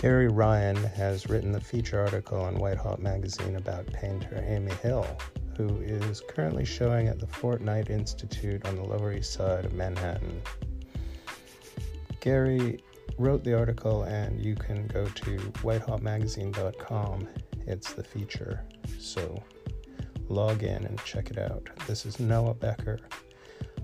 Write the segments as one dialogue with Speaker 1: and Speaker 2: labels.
Speaker 1: Gary Ryan has written the feature article in White Hot Magazine about painter Amy Hill, who is currently showing at the Fortnight Institute on the Lower East Side of Manhattan. Gary wrote the article, and you can go to whitehotmagazine.com. It's the feature, so log in and check it out. This is Noah Becker.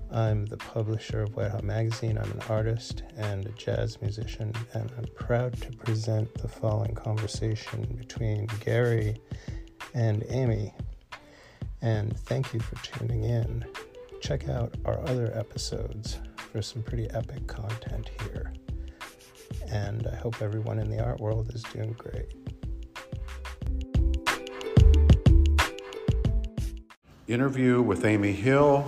Speaker 1: I'm the publisher of White Hot Magazine. I'm an artist and a jazz musician, and I'm proud to present the following conversation between Gary and Amy. And thank you for tuning in. Check out our other episodes for some pretty epic content here. And I hope everyone in the art world is doing great.
Speaker 2: interview with Amy Hill,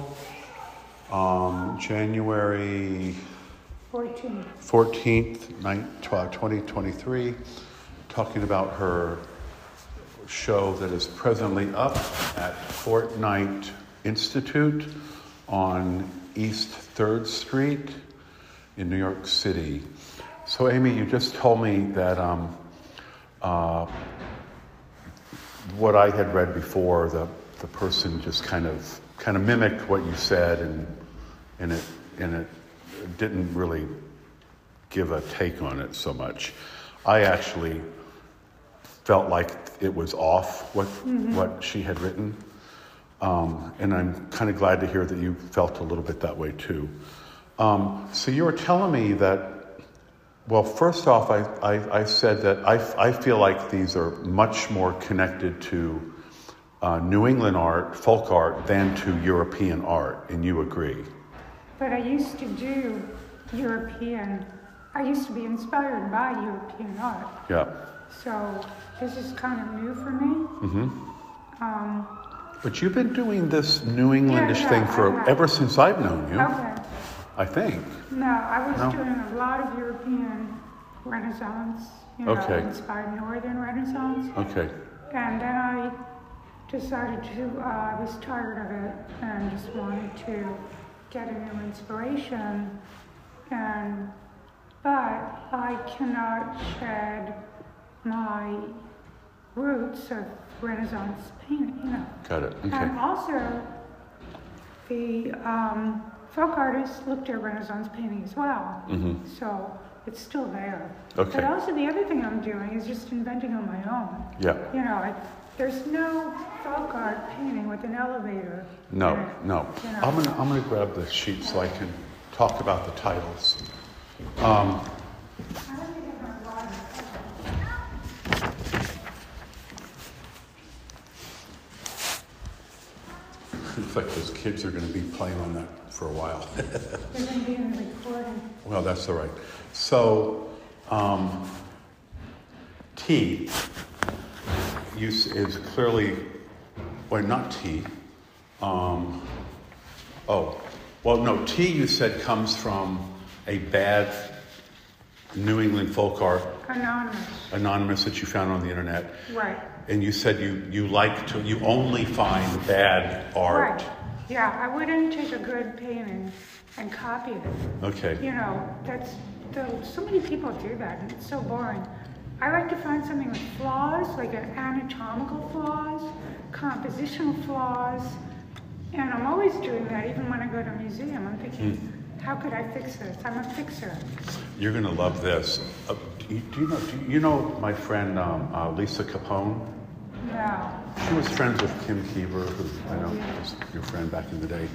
Speaker 2: um, January
Speaker 3: 14.
Speaker 2: 14th, nine- tw- 2023, talking about her show that is presently up at Fortnight Institute on East 3rd Street in New York City. So, Amy, you just told me that um, what I had read before, the, the person just kind of kind of mimicked what you said, and and it and it didn't really give a take on it so much. I actually felt like it was off what what she had written, um, and I'm kind of glad to hear that you felt a little bit that way too. Um, so you were telling me that well, first off, I, I, I said that I, f- I feel like these are much more connected to uh, New England art, folk art, than to European art, and you agree.
Speaker 3: But I used to do European, I used to be inspired by European art.
Speaker 2: Yeah.
Speaker 3: So this is kind of new for me.
Speaker 2: But you've been doing this New Englandish thing
Speaker 3: yeah, I
Speaker 2: for
Speaker 3: have.
Speaker 2: ever since I've known you,
Speaker 3: Okay.
Speaker 2: I think.
Speaker 3: No, I was
Speaker 2: No.
Speaker 3: doing a lot of European Renaissance, you know,
Speaker 2: Okay.
Speaker 3: inspired Northern Renaissance.
Speaker 2: Okay.
Speaker 3: And then I decided to, uh, I was tired of it and just wanted to get a new inspiration. And, but I cannot shed my roots of Renaissance painting, you know.
Speaker 2: Got it. Okay.
Speaker 3: And also, the um, folk artists looked at Renaissance painting as well. So it's still there.
Speaker 2: Mm-hmm. Okay.
Speaker 3: But also, the other thing I'm doing is just inventing on my own.
Speaker 2: Yeah.
Speaker 3: You know, I, there's no folk art painting with an elevator.
Speaker 2: No,
Speaker 3: in it,
Speaker 2: no.
Speaker 3: You know?
Speaker 2: I'm gonna I'm gonna grab the sheet so I can talk about the titles.
Speaker 3: I don't think I have water.
Speaker 2: It's like those kids are gonna be playing on that for a while.
Speaker 3: They're going to be in the recording.
Speaker 2: Well, that's all right. So, um, T use is clearly, or not T. Um, oh, well, no, T you said comes from a bad New England folk art
Speaker 3: Anonymous.
Speaker 2: anonymous that you found on the internet.
Speaker 3: Right.
Speaker 2: And you said you, you like to, you only find bad art.
Speaker 3: Right. Yeah, I wouldn't take a good painting and copy it.
Speaker 2: Okay.
Speaker 3: You know, that's the, so many people do that, and it's so boring. I like to find something with flaws, like an anatomical flaws, compositional flaws, and I'm always doing that. Even when I go to a museum, I'm thinking, how could I fix this? I'm a fixer.
Speaker 2: You're gonna love this. Uh, do, you, do you know? Do you know my friend um, uh, Lisa Capone?
Speaker 3: No.
Speaker 2: She was friends with Kim Kiever, who I know was your friend back in the day.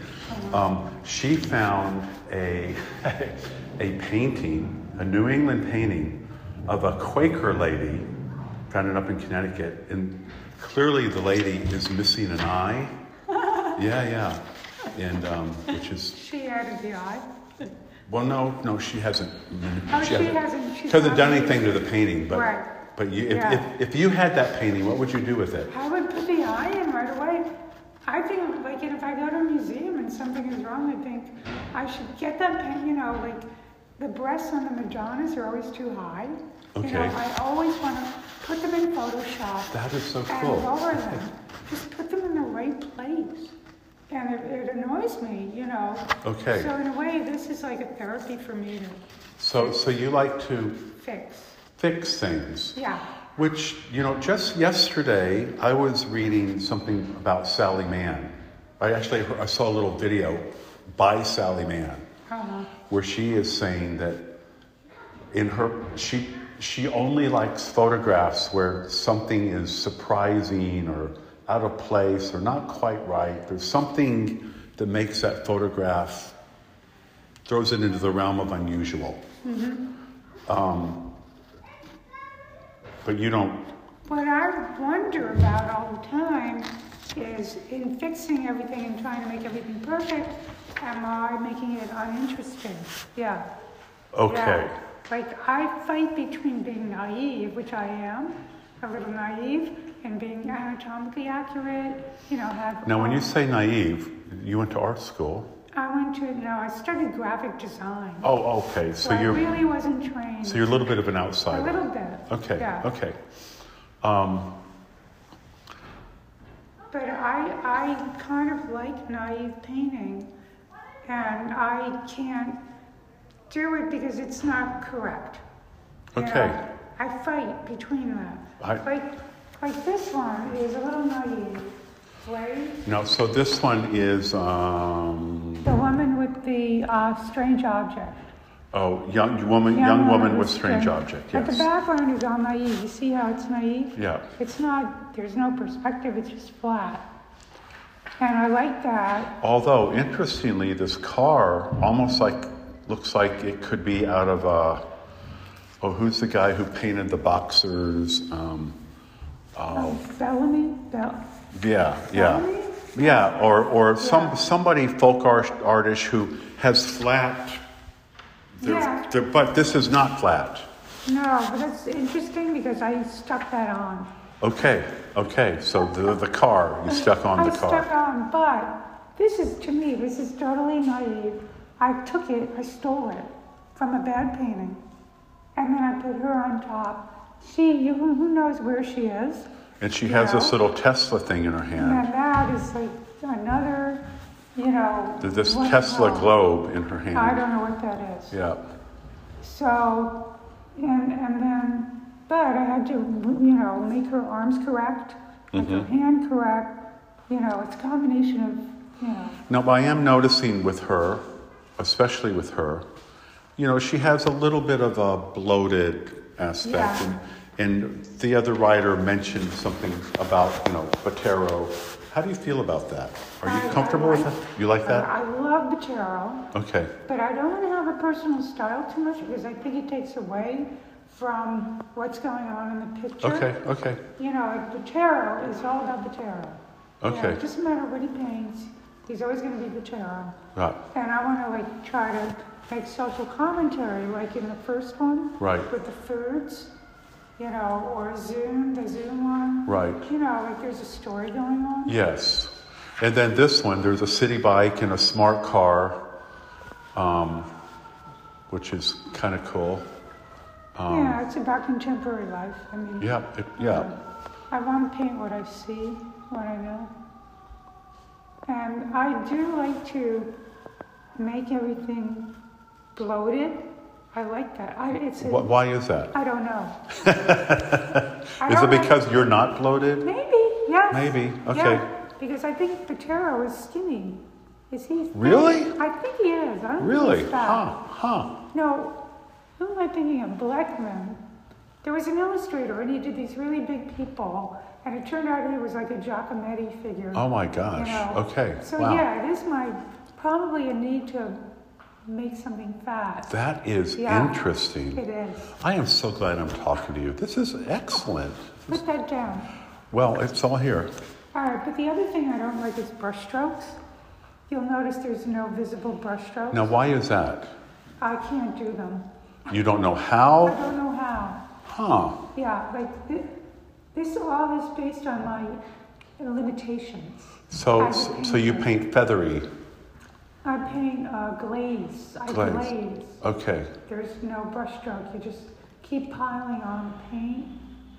Speaker 2: Um, she found a a painting, a New England painting, of a Quaker lady, found it up in Connecticut, and clearly the lady is missing an eye. Yeah, yeah, and um, which is
Speaker 3: She added the eye.
Speaker 2: well, no, no, she hasn't.
Speaker 3: Oh, she hasn't- she's
Speaker 2: hasn't
Speaker 3: not-
Speaker 2: done anything to the painting, but
Speaker 3: Right.
Speaker 2: but you, if,
Speaker 3: Yeah.
Speaker 2: if, if you had that painting, what would you do with it?
Speaker 3: I would put the eye in right away. I think, like, if I go to a museum and something is wrong, I think I should get that paint. You know, like the breasts on the Madonnas are always too high. You know,
Speaker 2: Okay.
Speaker 3: I always want to put them in Photoshop.
Speaker 2: That is so
Speaker 3: and
Speaker 2: cool.
Speaker 3: lower them. Just put them in the right place. And it, it annoys me, you know.
Speaker 2: Okay.
Speaker 3: So in a way, this is like a therapy for me to
Speaker 2: So so you like to
Speaker 3: fix.
Speaker 2: fix things.
Speaker 3: Yeah.
Speaker 2: Which, you know, just yesterday I was reading something about Sally Mann. I actually heard, I saw a little video by Sally Mann
Speaker 3: Uh-huh.
Speaker 2: where she is saying that in her she she only likes photographs where something is surprising or out of place or not quite right. There's something that makes that photograph throws it into the realm of unusual. Um,
Speaker 3: Mm-hmm.
Speaker 2: but you don't.
Speaker 3: What I wonder about all the time is in fixing everything and trying to make everything perfect, am I making it uninteresting? Yeah.
Speaker 2: Okay.
Speaker 3: Yeah. Like I fight between being naive, which I am, a little naive, and being anatomically accurate. You know, have.
Speaker 2: Now, when
Speaker 3: all-
Speaker 2: you say naive, you went to art school.
Speaker 3: I went to no, I studied graphic design.
Speaker 2: Oh, okay. So
Speaker 3: I
Speaker 2: you're
Speaker 3: really wasn't trained.
Speaker 2: so you're a little bit of an
Speaker 3: a
Speaker 2: outsider.
Speaker 3: little bit.
Speaker 2: Okay.
Speaker 3: Yeah.
Speaker 2: Okay.
Speaker 3: But I, I kind of like naive painting, and I can't do it because it's not correct. You know,
Speaker 2: Okay.
Speaker 3: I fight between them.
Speaker 2: I-
Speaker 3: Like, like this one is a little naive, right?
Speaker 2: No, so this one is, um,
Speaker 3: The woman with the uh, strange object.
Speaker 2: oh, young woman, young woman with strange object,
Speaker 3: But the
Speaker 2: yes.
Speaker 3: background is all naive. You see how it's naive?
Speaker 2: Yeah,
Speaker 3: It's not, there's no perspective, it's just flat. And I like that.
Speaker 2: although interestingly, this car almost like, looks like it could be out of a, oh, who's the guy who painted the boxers? Um,
Speaker 3: Oh. Bellamy? Bell-
Speaker 2: yeah, yeah. Yeah, or, or some, somebody folk art, artist who has flat, they're-
Speaker 3: Yeah.
Speaker 2: they're- but this is not flat.
Speaker 3: No, but that's interesting because I stuck that on.
Speaker 2: Okay, okay, so the, the car, you stuck on
Speaker 3: I
Speaker 2: the
Speaker 3: stuck
Speaker 2: car.
Speaker 3: on, but this is to me, this is totally naive. I took it, I stole it from a bad painting, and then I put her on top. She, you, who who knows where she is?
Speaker 2: And she has
Speaker 3: Yeah.
Speaker 2: this little Tesla thing in her hand.
Speaker 3: And that is like another, you know.
Speaker 2: Th- This
Speaker 3: what-
Speaker 2: Tesla
Speaker 3: oh,
Speaker 2: globe in her
Speaker 3: I
Speaker 2: hand.
Speaker 3: don't know what that is.
Speaker 2: Yeah.
Speaker 3: So, and, and then, but I had to, you know, make her arms correct, make her
Speaker 2: Mm-hmm.
Speaker 3: hand correct. You know, it's a combination of, you know,
Speaker 2: Now, I am noticing with her, especially with her, you know, she has a little bit of a bloated aspect.
Speaker 3: Yeah.
Speaker 2: And, and the other writer mentioned something about, you know, Botero. How do you feel about that? Are
Speaker 3: I-
Speaker 2: you
Speaker 3: I
Speaker 2: comfortable with
Speaker 3: like-
Speaker 2: that? You like that?
Speaker 3: I love Botero,
Speaker 2: Okay.
Speaker 3: but I don't want to have a personal style too much because I think it takes away from what's going on in the picture.
Speaker 2: Okay, okay.
Speaker 3: You know, like Botero is all about Botero. You know,
Speaker 2: Okay.
Speaker 3: it doesn't matter what he paints, he's always going to be Botero.
Speaker 2: Right.
Speaker 3: And I want to like try to make social commentary, like in the first one.
Speaker 2: Right.
Speaker 3: With the foods, you know, or Zoom, the Zoom one.
Speaker 2: Right.
Speaker 3: You know, like there's a story going on.
Speaker 2: Yes. And then this one, there's a city bike and a smart car, um, which is kind of cool.
Speaker 3: yeah, it's about contemporary life. I mean,
Speaker 2: Um, Yeah, it, yeah.
Speaker 3: I want to paint what I see, what I know. And I do like to make everything bloated. I like that. I, it's a,
Speaker 2: Wh- why is that?
Speaker 3: I don't know.
Speaker 2: Is
Speaker 3: I
Speaker 2: it
Speaker 3: don't like-
Speaker 2: because you're not bloated?
Speaker 3: Maybe, yes.
Speaker 2: Maybe, okay.
Speaker 3: Yeah, because I think Patero is skinny. Is he? thin?
Speaker 2: Really?
Speaker 3: I think he is. I don't Think
Speaker 2: Really?
Speaker 3: he's fat.
Speaker 2: Huh? Huh?
Speaker 3: No, who am I thinking of? Blackman. There was an illustrator, and he did these really big people, and it turned out he was like a Giacometti figure.
Speaker 2: Oh my
Speaker 3: you know?
Speaker 2: gosh. Okay.
Speaker 3: So
Speaker 2: Wow.
Speaker 3: yeah, it is my probably a need to make something fat.
Speaker 2: That is
Speaker 3: Yeah.
Speaker 2: interesting.
Speaker 3: It is.
Speaker 2: I am so glad I'm talking to you. This is excellent.
Speaker 3: Put that down.
Speaker 2: Well, it's all here.
Speaker 3: All right, but the other thing I don't like is brush strokes. You'll notice there's no visible brush strokes.
Speaker 2: Now, why is that?
Speaker 3: I can't do them.
Speaker 2: You don't know
Speaker 3: I
Speaker 2: how?
Speaker 3: don't know how.
Speaker 2: Huh?
Speaker 3: Yeah, like thi- this all is based on my limitations.
Speaker 2: So,
Speaker 3: As a
Speaker 2: so you
Speaker 3: painter.
Speaker 2: paint feathery.
Speaker 3: I paint uh, glaze. I
Speaker 2: Glaze.
Speaker 3: glaze.
Speaker 2: Okay.
Speaker 3: There's no brush stroke. You just keep piling on paint.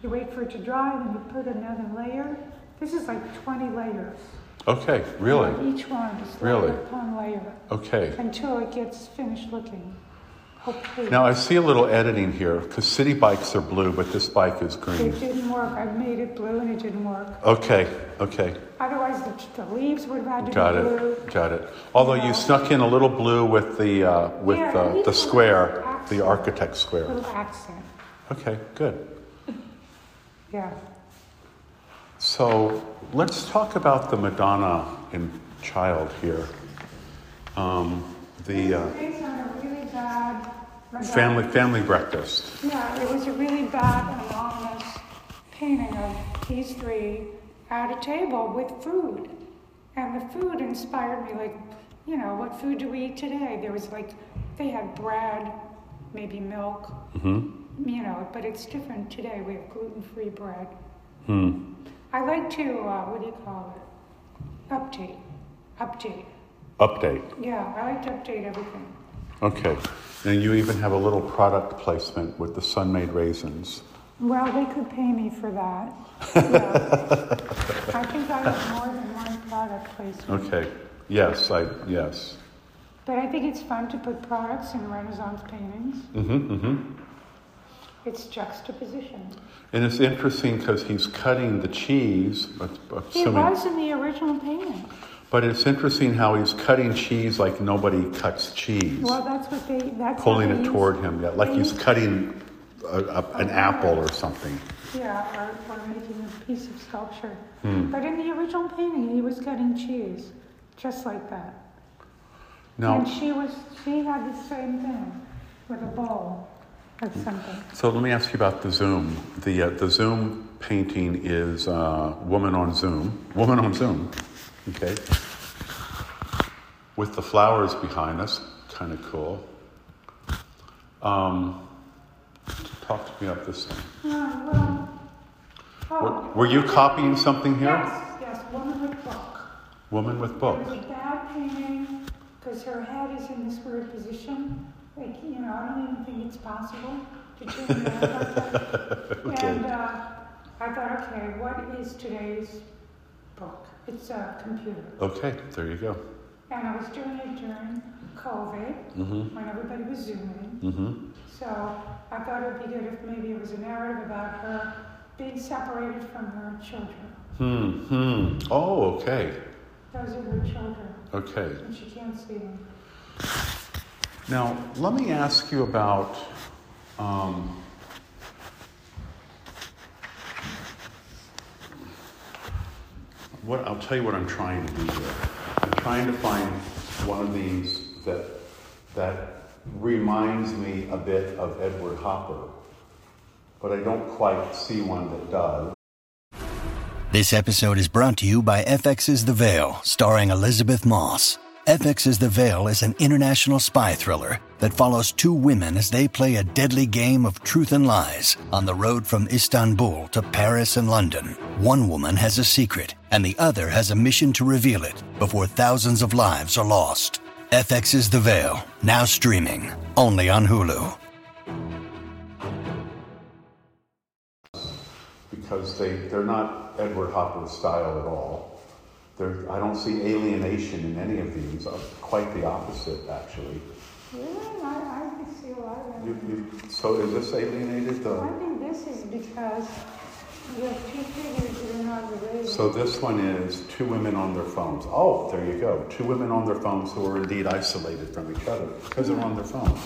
Speaker 3: You wait for it to dry, then you put another layer. This is like 20 layers.
Speaker 2: Okay, really?
Speaker 3: Each one just
Speaker 2: Really?
Speaker 3: layer upon layer
Speaker 2: Okay.
Speaker 3: until it gets finished looking. hopefully.
Speaker 2: Now I see a little editing here because city bikes are blue, but this bike is
Speaker 3: It
Speaker 2: green.
Speaker 3: didn't work. I made it blue and it didn't work.
Speaker 2: Okay, okay,
Speaker 3: Otherwise, the, the leaves would have had to
Speaker 2: got
Speaker 3: be blue.
Speaker 2: it, got it. Although you snuck in a little blue with the uh, with
Speaker 3: Yeah,
Speaker 2: uh,
Speaker 3: leave
Speaker 2: the
Speaker 3: it
Speaker 2: square,
Speaker 3: like
Speaker 2: the
Speaker 3: that.
Speaker 2: architect square.
Speaker 3: Little accent.
Speaker 2: Okay, good.
Speaker 3: Yeah.
Speaker 2: So let's talk about the Madonna in Child here. Um, the uh,
Speaker 3: Based on a really bad.
Speaker 2: family family breakfast.
Speaker 3: Yeah, it was a really bad anonymous painting of these three at a table with food. And the food inspired me, like, you know, what food do we eat today? There was like, they had bread, maybe milk, you know, but it's different today. We have gluten free bread.
Speaker 2: Hmm.
Speaker 3: I like to, uh, what do you call it? Update. Update.
Speaker 2: Update.
Speaker 3: Yeah, I like to update everything.
Speaker 2: Okay. And you even have a little product placement with the sun made raisins.
Speaker 3: Well, they could pay me for that. Yeah. I think I have more than one product placement.
Speaker 2: Okay. Yes, I yes.
Speaker 3: But I think it's fun to put products in Renaissance paintings.
Speaker 2: Mm-hmm, mm-hmm.
Speaker 3: It's juxtaposition.
Speaker 2: And it's interesting because he's cutting the cheese. but- but
Speaker 3: It
Speaker 2: assuming-
Speaker 3: was in the original painting.
Speaker 2: but it's interesting how he's cutting cheese like nobody cuts cheese,
Speaker 3: Well, that's what they, that's. how
Speaker 2: pulling
Speaker 3: they
Speaker 2: it
Speaker 3: use-
Speaker 2: toward him. Yeah, like he's cutting a, a, an apple or something.
Speaker 3: Yeah, or, or making a piece of sculpture.
Speaker 2: Hmm.
Speaker 3: But in the original painting, he was cutting cheese, just like that.
Speaker 2: Now,
Speaker 3: And she was, she had the same thing with a bowl or something.
Speaker 2: so let me ask you about the Zoom. The uh, the Zoom painting is uh, woman on Zoom. Woman on Zoom. Okay. With the flowers behind us, kind of cool. Um, talk to me about this thing.
Speaker 3: Oh, well.
Speaker 2: Were,
Speaker 3: Oh,
Speaker 2: were you copying something here?
Speaker 3: Yes, yes, woman with book.
Speaker 2: Woman with
Speaker 3: It was
Speaker 2: book.
Speaker 3: a bad painting, because her head is in this weird position, like, you know, I don't even think it's possible to turn her head like that.
Speaker 2: Okay.
Speaker 3: And, uh, I thought, okay, what is today's book? It's a computer.
Speaker 2: Okay, there you go.
Speaker 3: And I was doing it during COVID,
Speaker 2: Mm-hmm.
Speaker 3: when everybody was Zooming.
Speaker 2: Mm-hmm.
Speaker 3: So I thought it would be good if maybe it was a narrative about her being separated from her children.
Speaker 2: Hmm. Hmm. Oh, okay.
Speaker 3: Those are her children,
Speaker 2: Okay.
Speaker 3: and she can't see them.
Speaker 2: Now, let me ask you about um, what I'll tell you what I'm trying to do here. I'm trying to find one of these that that reminds me a bit of Edward Hopper, but I don't quite see one that does.
Speaker 4: This episode is brought to you by FX's The Veil, starring Elizabeth Moss. FX's The Veil is an international spy thriller that follows two women as they play a deadly game of truth and lies on the road from Istanbul to Paris and London. One woman has a secret, and the other has a mission to reveal it before thousands of lives are lost. FX's The Veil, now streaming, only on Hulu.
Speaker 2: because they, they're not Edward Hopper style at all. They're, I don't see alienation in any of these, uh, quite the opposite, actually.
Speaker 3: Really? I, I can see a lot of
Speaker 2: You,
Speaker 3: them.
Speaker 2: you, so is this alienated?
Speaker 3: I
Speaker 2: The,
Speaker 3: think this is because you have two figures that are not related.
Speaker 2: so this one is two women on their phones. Oh, there you go. Two women on their phones who are indeed isolated from each other because they're on their phones.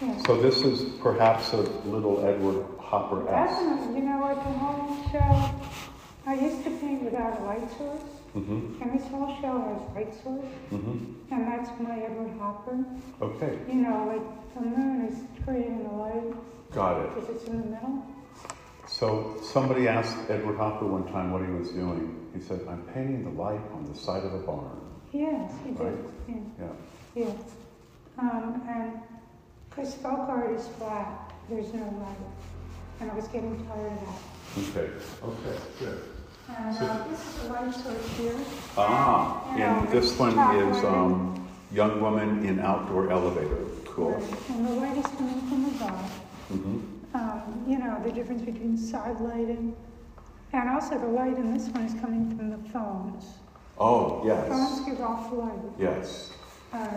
Speaker 3: Yeah.
Speaker 2: So this is perhaps a little Edward Hopper esque.
Speaker 3: Definitely, you know what, the whole show, I used to paint without a light source, and this whole show has light source, and that's my Edward Hopper.
Speaker 2: Mm-hmm, Okay,
Speaker 3: You know, like the moon is creating the light
Speaker 2: got it.
Speaker 3: because it's in the middle.
Speaker 2: So somebody asked Edward Hopper one time what he was doing. He said, I'm painting the light on the side of a barn.
Speaker 3: Yes, he did.
Speaker 2: Right.
Speaker 3: Yeah,
Speaker 2: Yeah.
Speaker 3: yeah. Um, and because folk art is flat, there's no light. And I was getting tired of that.
Speaker 2: Okay. Okay, good.
Speaker 3: And uh, this is the light source here.
Speaker 2: Ah, and this one
Speaker 3: Top
Speaker 2: is
Speaker 3: one.
Speaker 2: um, Young Woman in Outdoor Elevator. Cool.
Speaker 3: And the light is coming from above.
Speaker 2: Mm-hmm.
Speaker 3: Um, you know, the difference between side lighting. And also the light in this one is coming from the phones.
Speaker 2: Oh, yes.
Speaker 3: Phones give off light.
Speaker 2: Yes.
Speaker 3: Uh,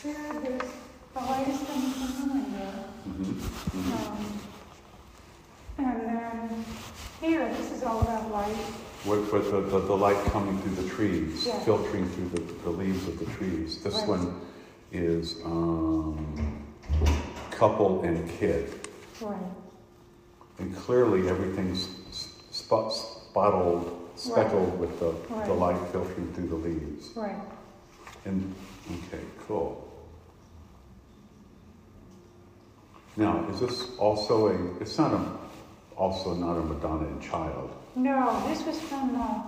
Speaker 3: here, this the latest thing from New England.
Speaker 2: Mm-hmm.
Speaker 3: Um, And then here, this is all about light.
Speaker 2: With, with the, the, the light coming through the trees,
Speaker 3: Yeah.
Speaker 2: filtering through the, the leaves of the trees. This
Speaker 3: Right.
Speaker 2: one is um, couple and kid.
Speaker 3: Right.
Speaker 2: And clearly everything's s- spot, spottled, speckled with the, the
Speaker 3: Right.
Speaker 2: light filtering through the leaves.
Speaker 3: Right.
Speaker 2: And okay, cool. Now, is this also a? It's not a. Also, not a Madonna and Child.
Speaker 3: No, this was from uh,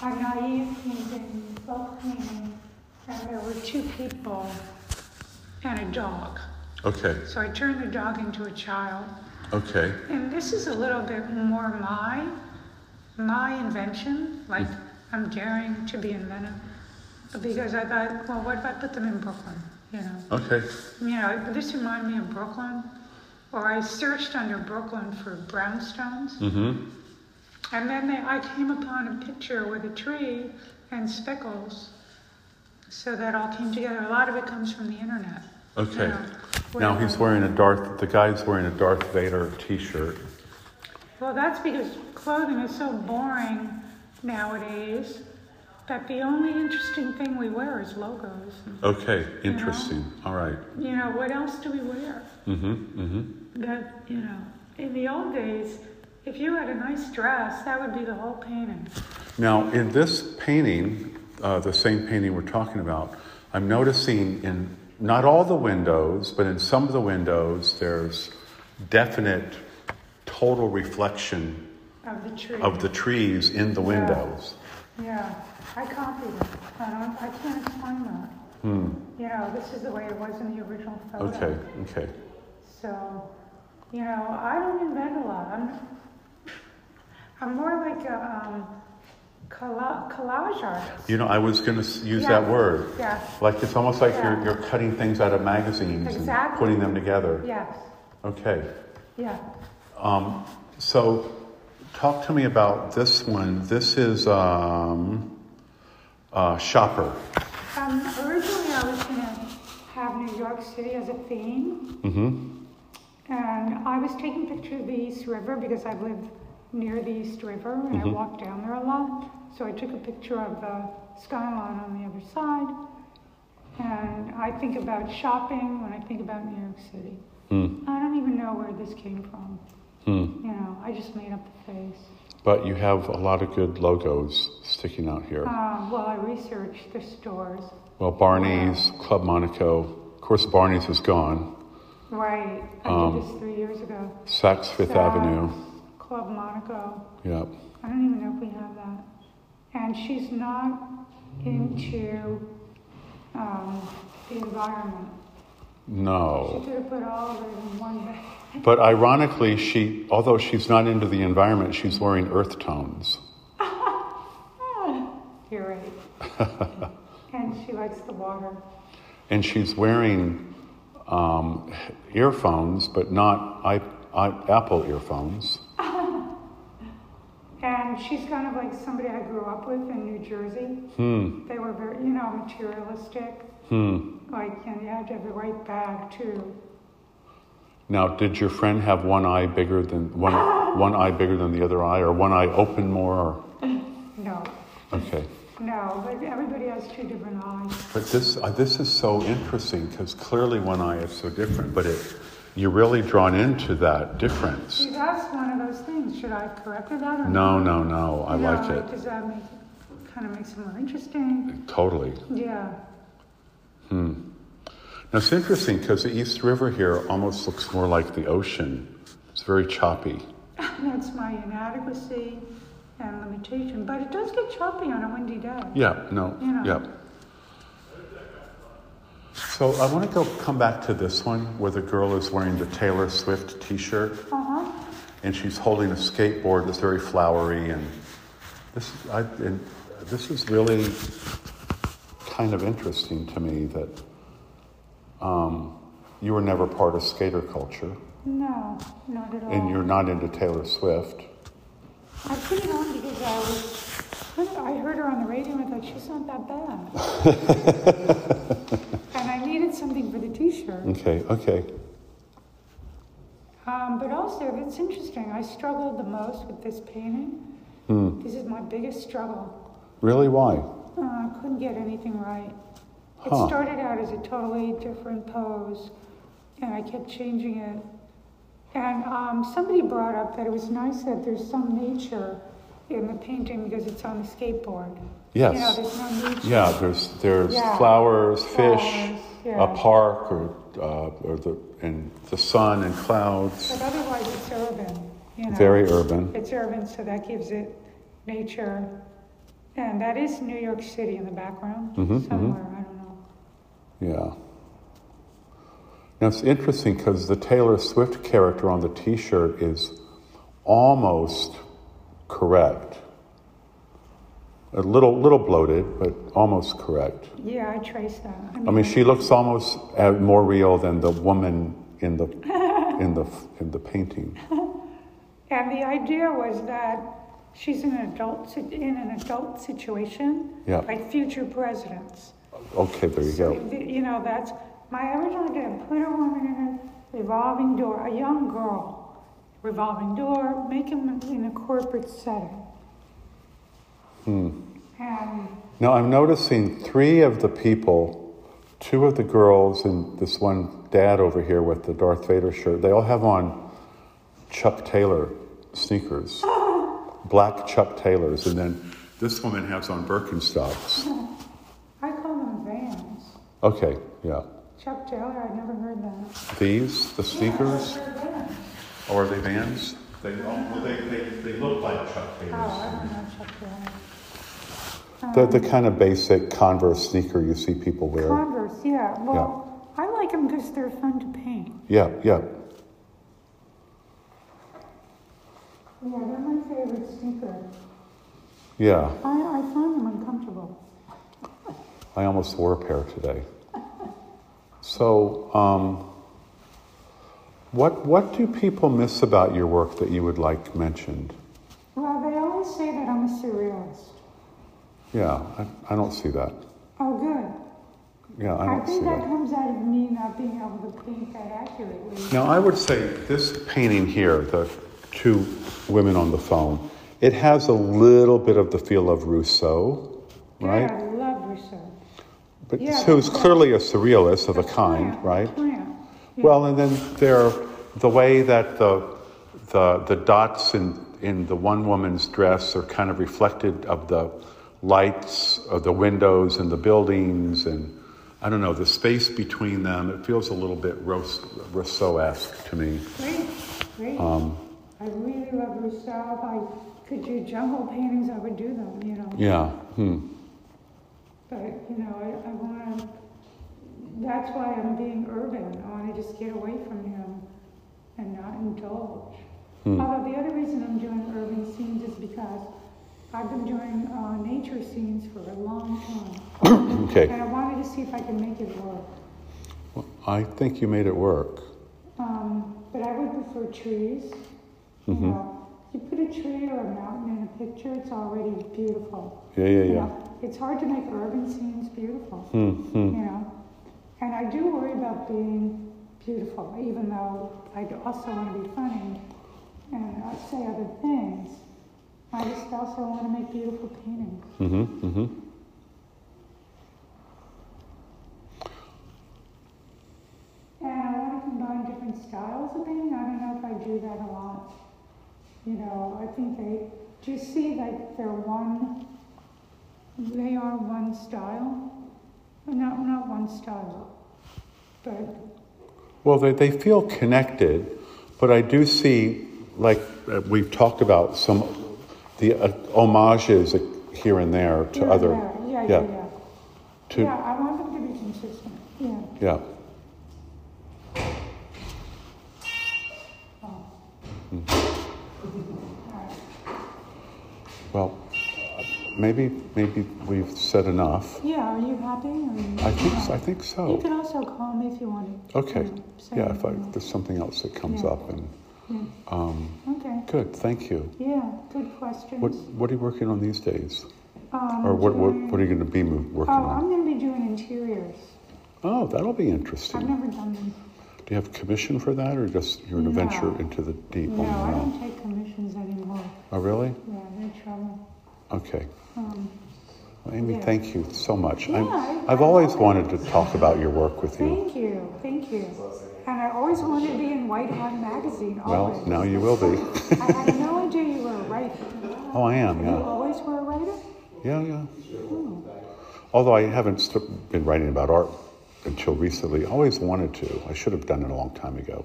Speaker 3: the, a naive meeting, book meeting, and there were two people and a dog.
Speaker 2: Okay.
Speaker 3: So I turned the dog into a child.
Speaker 2: Okay.
Speaker 3: And this is a little bit more my, my invention, like I'm daring to be inventive. Because I thought, well, what if I put them in Brooklyn, you know?
Speaker 2: Okay.
Speaker 3: You know, this reminded me of Brooklyn, or I searched under Brooklyn for brownstones.
Speaker 2: Mm-hmm.
Speaker 3: And then they, I came upon a picture with a tree and speckles. So that all came together. A lot of it comes from the internet. you
Speaker 2: Okay.
Speaker 3: know,
Speaker 2: Now
Speaker 3: where-
Speaker 2: he's wearing a Darth. The guy's wearing a Darth Vader T-shirt.
Speaker 3: Well, that's because clothing is so boring nowadays that the only interesting thing we wear is logos.
Speaker 2: Okay. Interesting. All right.
Speaker 3: You know, what else do we wear?
Speaker 2: Mm-hmm. Mm-hmm.
Speaker 3: That, you know, in the old days, if you had a nice dress, that would be the whole painting.
Speaker 2: Now, in this painting, uh, the same painting we're talking about, I'm noticing in not all the windows, but in some of the windows, there's definite total reflection
Speaker 3: Of the tree.
Speaker 2: of the trees in the windows.
Speaker 3: Yeah, I copied it. I don't, I can't explain that. You know, this is the way it was in the original photo.
Speaker 2: Hmm. Okay, okay.
Speaker 3: So, you know, I don't invent a lot. I'm, I'm more like a um, colla- collage artist.
Speaker 2: You know, I was going to use
Speaker 3: Yeah.
Speaker 2: that word.
Speaker 3: Yeah.
Speaker 2: Like it's almost like
Speaker 3: Yeah.
Speaker 2: you're, you're cutting things out of magazines and
Speaker 3: Exactly.
Speaker 2: putting them together.
Speaker 3: Yes,
Speaker 2: Okay.
Speaker 3: yeah.
Speaker 2: Um, so, talk to me about this one. This is um, uh, Shopper.
Speaker 3: Um, originally, I was gonna have New York City as a theme,
Speaker 2: Mm-hmm.
Speaker 3: and I was taking pictures of the East River because I live near the East River and I walk down there a lot. So I took a picture of the skyline on the other side, and I think about shopping when I think about New York City. I don't even know where this came from. You know, I just made up the face.
Speaker 2: Hmm. But you have a lot of good logos sticking out here.
Speaker 3: Um, well, I researched the stores.
Speaker 2: Well, Barney's, Club Monaco. Of course, Barney's is gone.
Speaker 3: Right. I did this three years ago.
Speaker 2: Saks Fifth
Speaker 3: Saks,
Speaker 2: Avenue.
Speaker 3: Club Monaco.
Speaker 2: Yep.
Speaker 3: I don't even know if we have that. And she's not into um, the environment. She
Speaker 2: No.
Speaker 3: could have put all of it in one bag.
Speaker 2: But ironically, she, although she's not into the environment, she's wearing earth tones.
Speaker 3: Ah, You're right. and she likes the water.
Speaker 2: And she's wearing um, earphones, but not I, I, Apple earphones.
Speaker 3: And she's kind of like somebody I grew up with in New Jersey.
Speaker 2: Hmm.
Speaker 3: They were very, you know, materialistic. Like, you, know, you had to have the right bag too.
Speaker 2: Now, did your friend have one eye bigger than one, one eye bigger than the other eye, or one eye open more? Or,
Speaker 3: No,
Speaker 2: okay,
Speaker 3: no, but everybody has two different eyes.
Speaker 2: but this uh, this is so interesting because clearly one eye is so different, but it you're really drawn into that difference.
Speaker 3: See, that's one of those things. Should I correct that or
Speaker 2: No, no, no, I
Speaker 3: You know,
Speaker 2: like it
Speaker 3: Does that make it kind of makes it more interesting?
Speaker 2: totally.
Speaker 3: Yeah,
Speaker 2: Now it's interesting because the East River here almost looks more like the ocean. It's very choppy.
Speaker 3: that's my inadequacy and limitation. But it does get choppy on a windy day.
Speaker 2: Yeah, no,
Speaker 3: You know.
Speaker 2: yeah. So I want to go come back to this one where the girl is wearing the Taylor Swift T-shirt
Speaker 3: Uh huh.
Speaker 2: and she's holding a skateboard that's very flowery and this I, and this is really kind of interesting to me that um, you were never part of skater culture
Speaker 3: No, not at all.
Speaker 2: and you're not into Taylor Swift.
Speaker 3: I put it on because I was, I heard her on the radio and I thought, she's not that bad. and I needed something for the T-shirt.
Speaker 2: Okay, okay.
Speaker 3: Um, but also, it's interesting. I struggled the most with this painting.
Speaker 2: Hmm.
Speaker 3: This is my biggest struggle.
Speaker 2: Really? Why?
Speaker 3: Uh, I couldn't get anything right.
Speaker 2: Huh.
Speaker 3: It started out as a totally different pose, and I kept changing it. And um, somebody brought up that it was nice that there's some nature in the painting because it's on the skateboard. You know,
Speaker 2: Yes.
Speaker 3: there's no nature.
Speaker 2: Yeah, there's there's
Speaker 3: Yeah.
Speaker 2: flowers, fish,
Speaker 3: Flowers, yeah.
Speaker 2: a park, or uh, or the and the sun and clouds.
Speaker 3: But otherwise, it's urban. You know?
Speaker 2: Very urban.
Speaker 3: It's urban, so that gives it nature. And that is New York City in the background
Speaker 2: Mm-hmm,
Speaker 3: somewhere. I don't know.
Speaker 2: Yeah. Now it's interesting because the Taylor Swift character on the T-shirt is almost correct. A little little bloated, but almost correct.
Speaker 3: Yeah, I traced that. I mean,
Speaker 2: I mean, she looks almost uh, more real than the woman in the in the in the painting.
Speaker 3: and the idea was that she's in an adult si- in an adult situation,
Speaker 2: Yeah.
Speaker 3: like future presidents.
Speaker 2: Okay, there you go.
Speaker 3: Th- You know, that's my original idea. Put a woman in a revolving door, a young girl, revolving door. Make him in a corporate setting. Hmm. And
Speaker 2: Now I'm noticing three of the people, two of the girls, and this one dad over here with the Darth Vader shirt. They all have on Chuck Taylor sneakers, black Chuck Taylors, and then this woman has on Birkenstocks.
Speaker 3: I call them vans.
Speaker 2: Okay, yeah.
Speaker 3: Chuck Taylor, I'd never heard that.
Speaker 2: These the sneakers,
Speaker 3: They're vans.
Speaker 2: or are they Vans? They, well, they, they, they look like Chuck
Speaker 3: Oh, I don't know Chuck Taylor.
Speaker 2: The, the kind of basic Converse sneaker you see people wear.
Speaker 3: Converse, yeah. Well, I like them because they're fun to paint.
Speaker 2: Yeah, yeah.
Speaker 3: Oh, Yeah, they're my favorite sneaker.
Speaker 2: Yeah.
Speaker 3: I, I find them uncomfortable.
Speaker 2: I almost wore a pair today. So, um, what what do people miss about your work that you would like mentioned?
Speaker 3: Well, they always say that I'm a surrealist.
Speaker 2: Yeah, I, I don't see that.
Speaker 3: Oh, good.
Speaker 2: Yeah, I
Speaker 3: I,
Speaker 2: don't see
Speaker 3: think that
Speaker 2: that.
Speaker 3: comes out of me not being able to paint that accurately.
Speaker 2: Now, I would say this painting here, the two women on the phone, it has a little bit of the feel of Rousseau, right?
Speaker 3: Yeah, I love Rousseau.
Speaker 2: But
Speaker 3: Yeah,
Speaker 2: who's
Speaker 3: that's-
Speaker 2: clearly a surrealist of a
Speaker 3: Plant,
Speaker 2: kind, right?
Speaker 3: Plant. Yeah.
Speaker 2: Well, and then there, the way that the the the dots in in the one woman's dress are kind of reflected of the lights of the windows and the buildings and I don't know the space between them. It feels a little bit Rous- Rousseau-esque to me.
Speaker 3: Great, great.
Speaker 2: um,
Speaker 3: I really love Rousseau. If I could do jungle paintings, I would do them, you know.
Speaker 2: Yeah. Hmm.
Speaker 3: But, you know, I, I want to, that's why I'm being urban. I want to just get away from him and not indulge. Although the other reason I'm doing urban scenes is because I've been doing uh, nature scenes for a long time.
Speaker 2: Okay.
Speaker 3: And I wanted to see if I could make it work.
Speaker 2: Well, I think you made it work.
Speaker 3: Um, but I would prefer trees. You know, you put a tree or a mountain in a picture, it's already beautiful.
Speaker 2: Yeah. Yeah. Hmm, Yeah.
Speaker 3: You know, it's hard to make urban scenes beautiful. You know, and I do worry about being beautiful, even though I do also want to be funny and uh, say other things. I just also want to make beautiful paintings.
Speaker 2: Mm-hmm. Mm-hmm.
Speaker 3: And I want to combine different styles of painting. I don't know if I do that a lot. You know, I think they, do you see like they're one, they are one style? Well, Not, not one style, but
Speaker 2: Well, they, they feel connected, but I do see, like uh, we've talked about, some the uh, homages here and there to
Speaker 3: here and
Speaker 2: other.
Speaker 3: there. Yeah, yeah, yeah.
Speaker 2: To,
Speaker 3: Yeah,
Speaker 2: yeah.
Speaker 3: I want them to be consistent. Yeah. Oh.
Speaker 2: Well, maybe maybe we've said enough.
Speaker 3: Yeah, are you happy? Or
Speaker 2: I think so- I think
Speaker 3: You
Speaker 2: so.
Speaker 3: can also call me if you want to.
Speaker 2: Okay.
Speaker 3: say
Speaker 2: Yeah. If I,
Speaker 3: anything.
Speaker 2: there's something else that comes
Speaker 3: Yeah.
Speaker 2: up, and
Speaker 3: Yeah.
Speaker 2: um,
Speaker 3: Okay.
Speaker 2: good. Thank you.
Speaker 3: Yeah, good questions.
Speaker 2: What What are you working on these days?
Speaker 3: um,
Speaker 2: Or what, what,
Speaker 3: doing-
Speaker 2: what are you going to be mo-
Speaker 3: Oh,
Speaker 2: working
Speaker 3: I'm
Speaker 2: on?
Speaker 3: going to be doing interiors.
Speaker 2: Oh, that'll be
Speaker 3: I've
Speaker 2: interesting.
Speaker 3: never done them.
Speaker 2: Do you have commission for that, or just you're an
Speaker 3: No.
Speaker 2: adventure into the deep?
Speaker 3: No,
Speaker 2: Oh,
Speaker 3: I don't take commissions anymore.
Speaker 2: Oh, really?
Speaker 3: Yeah, they're trouble.
Speaker 2: Okay. Well, Amy, thank you so much.
Speaker 3: Um, Yeah,
Speaker 2: I'm,
Speaker 3: I-
Speaker 2: I've always wanted to talk about your work with you.
Speaker 3: Thank you, thank you. And I always wanted to be in White Hot Magazine, always.
Speaker 2: Well, now you will be.
Speaker 3: I had no idea you were a writer.
Speaker 2: Oh, I am,
Speaker 3: You
Speaker 2: yeah.
Speaker 3: always were a writer?
Speaker 2: Yeah, yeah.
Speaker 3: Hmm.
Speaker 2: Although I haven't st- been writing about art until recently, I always wanted to. I should have done it a long time ago.